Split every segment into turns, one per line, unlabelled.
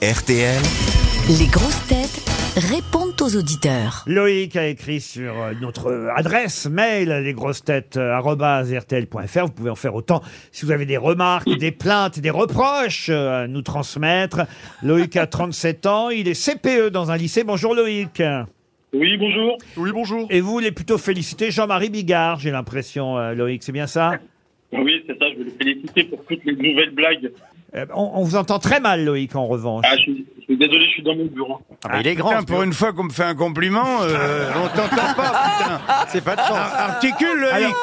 RTL.
Les grosses têtes répondent aux auditeurs.
Loïc a écrit sur euh, notre adresse mail euh, lesgrossetêtes@rtl.fr. Vous pouvez en faire autant si vous avez des remarques, des plaintes, des reproches euh, à nous transmettre. Loïc a 37 ans, il est CPE dans un lycée. Bonjour Loïc.
Oui, bonjour.
Oui, bonjour.
Et vous voulez plutôt féliciter Jean-Marie Bigard, j'ai l'impression euh, Loïc, c'est bien ça
Oui, c'est ça, je veux le féliciter pour toutes les nouvelles blagues.
Euh, on, on vous entend très mal Loïc en revanche.
Ah, je suis, je suis désolé, je suis dans mon bureau.
Ah, mais il est grand.
Putain,
ce
pour
gars.
une fois qu'on me fait un compliment, euh, on t'entend pas, putain.
C'est pas de chance.
Ar- Articule, Loïc.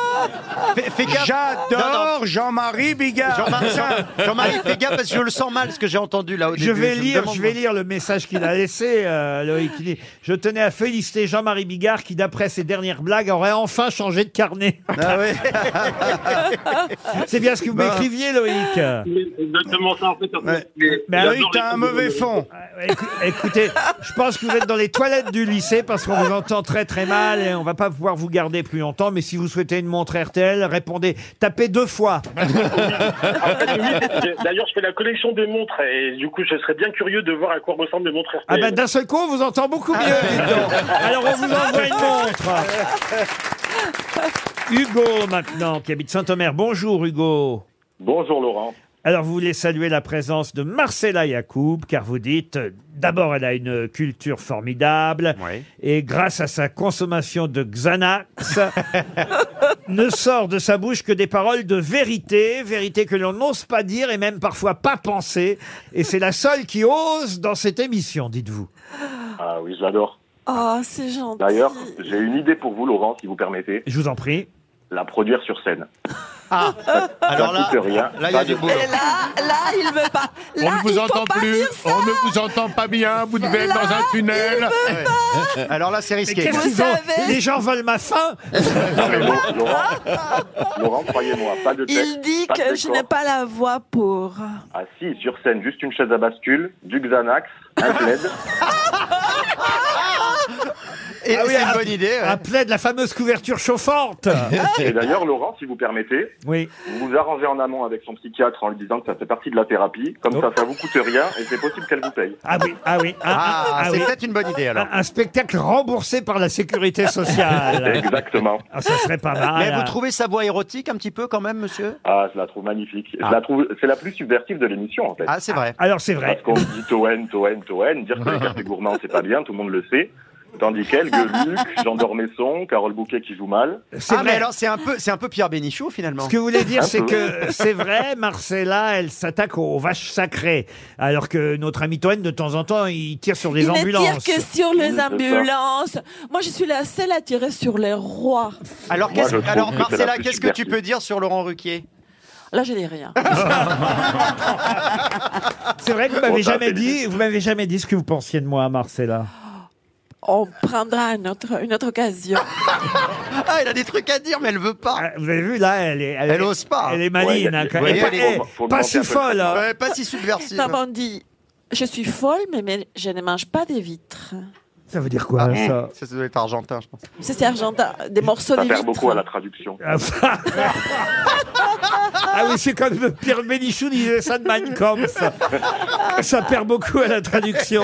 Fais, fais gaffe. Non,
J'adore Jean-Marie Bigard.
Jean-Marie, Jean- Jean-Marie, fais gaffe parce que je le sens mal ce que j'ai entendu là au
Je
début.
vais
me
lire,
demande-
je vais lire le message qu'il a laissé, euh, Loïc. Il dit, je tenais à féliciter Jean-Marie Bigard qui, d'après ses dernières blagues, aurait enfin changé de carnet.
Ah ouais.
C'est bien ce que vous
Bah.
m'écriviez, Loïc. Euh,
Oui, c'est Exactement ça, en fait.
Ouais.
Mais,
Mais
Loïc, t'as un mauvais fond.
écou- Écoutez, je pense que vous êtes dans les toilettes du lycée parce qu'on vous entend très très mal et on va pas pouvoir vous garder plus longtemps. Mais si vous souhaitez une montre RTL, répondez, tapez deux fois.
D'ailleurs, je fais la collection des montres et du coup, je serais bien curieux de voir à quoi ressemblent les montres RTL.
bah,
Ah ben d'un seul coup, on vous entend beaucoup mieux. dites donc. Alors on vous envoie une montre. Hugo maintenant, qui habite Saint-Omer. Bonjour Hugo.
Bonjour Laurent.
Alors, vous voulez saluer la présence de Marcella Yacoub, car vous dites, euh, d'abord, elle a une culture formidable,
Ouais.
et grâce à sa consommation de Xanax, ne sort de sa bouche que des paroles de vérité, vérité que l'on n'ose pas dire et même parfois pas penser, et c'est la seule qui ose dans cette émission, dites-vous.
Ah oui, je l'adore.
Oh, c'est gentil.
D'ailleurs, j'ai une idée pour vous, Laurent, si vous permettez.
Je vous en prie.
La produire sur scène.
Ah. Alors
ça
là,
coûte rien.
là il y a
Pas
du
de-
boulot.
Et là, là, il veut pas.
On
Là,
ne vous
Ah, il
entend
faut pas
plus,
dire ça.
on ne vous entend pas bien, vous devez être dans un tunnel.
Alors là, c'est
Mais
risqué.
qu'est-ce
Vous
qu'ils ont
savez-
Les gens veulent ma faim
Non, mais Laurent, Laurent, Laurent, croyez-moi, pas de texte.
Il dit
pas de
que je
décor.
n'ai pas la voix pour.
Assis sur scène, juste une chaise à bascule, du Xanax, un plaid.
Et
Ah oui,
c'est
ah,
une bonne idée. ouais.
Un plaid, la fameuse couverture chauffante
Et d'ailleurs, Laurent, si vous permettez,
Oui.
vous vous arrangez en amont avec son psychiatre en lui disant que ça fait partie de la thérapie. Comme ça, ça vous coûte rien et c'est possible qu'elle vous paye.
Ah oui, ah oui. ah,
Ah,
ah, ah
c'est
oui.
peut-être une bonne idée alors.
Un, un spectacle remboursé par la sécurité sociale.
Exactement.
Ah, ça serait pas mal.
Mais vous trouvez sa voix érotique un petit peu quand même, monsieur
Ah, je la trouve magnifique. Je
Ah.
la trouve, c'est la plus subversive de l'émission, en fait.
Ah, c'est vrai.
Alors c'est
Parce
vrai.
qu'on dit Toen, Toen, Toen, dire que les cafés gourmands c'est pas bien, tout le monde le sait. Tandis qu'elle, Gueuluc, Jean Dormesson, Carole Bouquet qui joue mal.
C'est
Ah, mais
vrai.
alors c'est un peu, c'est un peu Pierre Bénichou finalement.
Ce que vous voulez dire,
Un
c'est
peu.
que c'est vrai, Marcella, elle s'attaque aux vaches sacrées. Alors que notre ami Toen, de temps en temps, il tire sur des
il ne
ambulances.
tire que sur
Oui,
les
c'est ça.
ambulances. Moi, je suis la seule à tirer sur les rois.
Alors,
Moi,
qu'est-ce-
je trouve
alors
que c'est la
Marcella,
plus
qu'est-ce que tu
subversive.
peux dire sur Laurent Ruquier
Là, je dis rien.
C'est vrai que vous m'avez
Bon, ça,
jamais
c'est
dit, vous m'avez jamais dit ce que vous pensiez de moi, Marcella.
On prendra une autre, une autre occasion.
Ah, il a des trucs à dire, mais elle veut pas.
Ah, Vous avez vu là, elle est, elle,
Elle
est-
ose pas.
elle est
Ouais, il
maline,
y a-
hein, quand
Ah, ouais,
même.
il y
a-
Eh,
faut- faut
pas
demander un
si
peu.
folle. hein.
Ouais, pas si subversive.
Nous avons dit, je suis folle, mais, mais je ne mange pas des vitres.
Ça veut dire quoi Ah, ça
Ça, ça doit être argentin, je pense.
Ça, C'est argentin, des morceaux
Ça
de
perd beaucoup à la
vitres.
traduction.
Ah Ah oui, c'est comme Pierre Bénichou disait ça de Mein Kampf. Ça perd beaucoup à la traduction.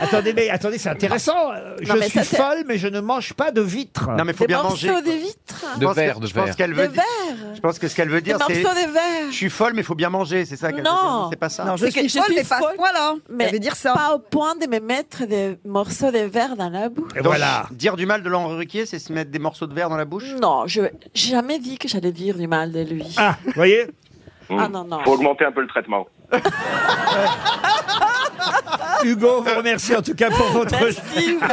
attendez, mais attendez, c'est intéressant. Je
Non, mais
suis
ça, c'est-
folle, mais je ne mange pas de vitres.
Non, mais faut
Des
bien
morceaux
manger.
de vitres.
Je
De
pense que-
verre, de
je pense
verre.
qu'elle
Des
veut dire-
verres.
Je pense que ce qu'elle veut
Des
dire, c'est.
morceaux de verres.
Je suis folle, mais il faut bien manger, c'est ça qu'elle veut dire,
Non.
C'est pas ça.
Non, je
C'est que
suis
je
folle,
suis
mais pas
folle.
à ce point-là.
Mais
Je vais dire ça.
Pas au point de me mettre des morceaux de verre dans la bouche.
Et
Donc,
voilà.
Dire du mal de Laurent Ruquier, c'est se mettre des morceaux de verre dans la bouche.
Non, je j'ai jamais dit que j'allais dire du mal de lui.
Ah, vous voyez
Ah, non, non.
Faut augmenter un peu le traitement.
Hugo, vous remercie en tout cas pour votre...
Merci, Hugo.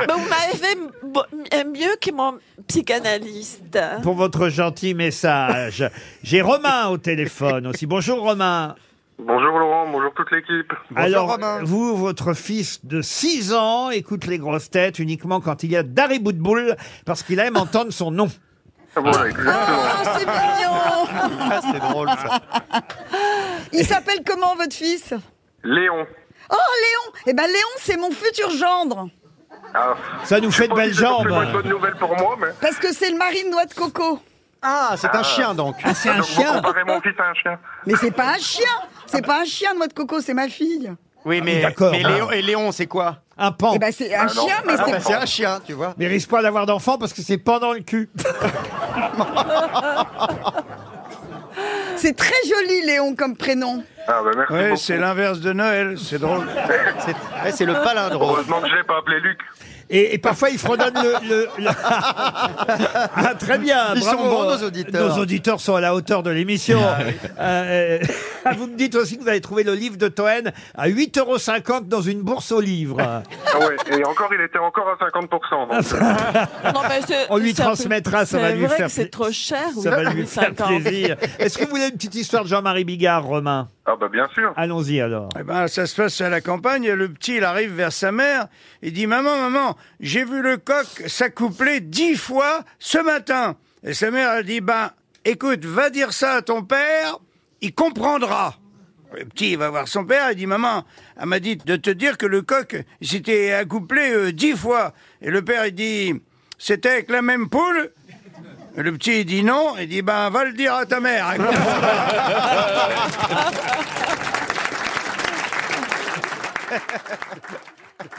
Mais vous m'avez fait bo- euh, mieux que mon psychanalyste.
Pour votre gentil message. J'ai Romain au téléphone aussi. Bonjour Romain.
Bonjour Laurent, bonjour toute l'équipe.
Alors, euh,
Romain.
vous, votre fils de 6 ans, écoute les grosses têtes uniquement quand il y a Dari Boudboul, parce qu'il aime entendre son nom.
Voilà, exactement.
Oh, c'est mignon.
Ah, c'est drôle ça.
Il s'appelle comment votre fils
Léon.
Oh Léon Eh ben Léon, c'est mon futur gendre
Ah,
Ça nous fait de belles jambes.
C'est une bonne nouvelle pour moi, mais.
parce que c'est le mari de noix de coco.
Ah, c'est un chien donc.
Ah, c'est un
Donc, vous
chien
comparez mon fils à un chien.
Mais c'est pas un chien, C'est pas un chien, noix de coco, c'est ma fille.
Oui, mais,
d'accord.
mais Léon, et Léon, c'est quoi
Un pan.
Eh ben, c'est un
Ah non,
chien, mais
ah non,
c'est
bah,
C'est un chien, tu vois.
Mais risque pas d'avoir d'enfant parce que c'est pas dans le cul.
c'est très joli, Léon, comme prénom.
Ah bah merci
Ouais,
beaucoup.
c'est l'inverse de Noël, c'est drôle.
C'est ouais, c'est le palindrome.
Heureusement que je l'ai pas appelé Luc.
Et, et parfois, ils fredonnent le... le- le- Ah, très bien,
Ils sont
bravo.
bons, nos auditeurs. Ah
Nos auditeurs sont à la hauteur de l'émission. Euh, euh, vous me dites aussi que vous avez trouvé le livre de Toen à 8,50 euros dans une bourse aux livres.
Ah ouais, et encore, il était encore à 50%.
Ah,
donc, euh,
Non, mais c'est-
On lui
c'est un peu-
transmettra, ça va
c'est
lui
vrai
faire
que C'est
pla-
trop cher,
Ça va lui faire
50.
plaisir. Est-ce que vous voulez une petite histoire de Jean-Marie Bigard, Romain
Ah bah bien sûr.
Allons-y alors.
Eh ben, ça se passe à la campagne, et le petit, il arrive vers sa mère, il dit, maman, maman, j'ai vu le coq s'accoupler dix fois ce matin. Et sa mère, elle dit, ben, écoute, va dire ça à ton père, il comprendra. Le petit, il va voir son père, il dit, maman, elle m'a dit de te dire que le coq s'était accouplé euh, dix fois. Et le père, il dit, c'était avec la même poule? Et Le petit, il dit non, il dit, ben, va le dire à ta mère. elle comprendra.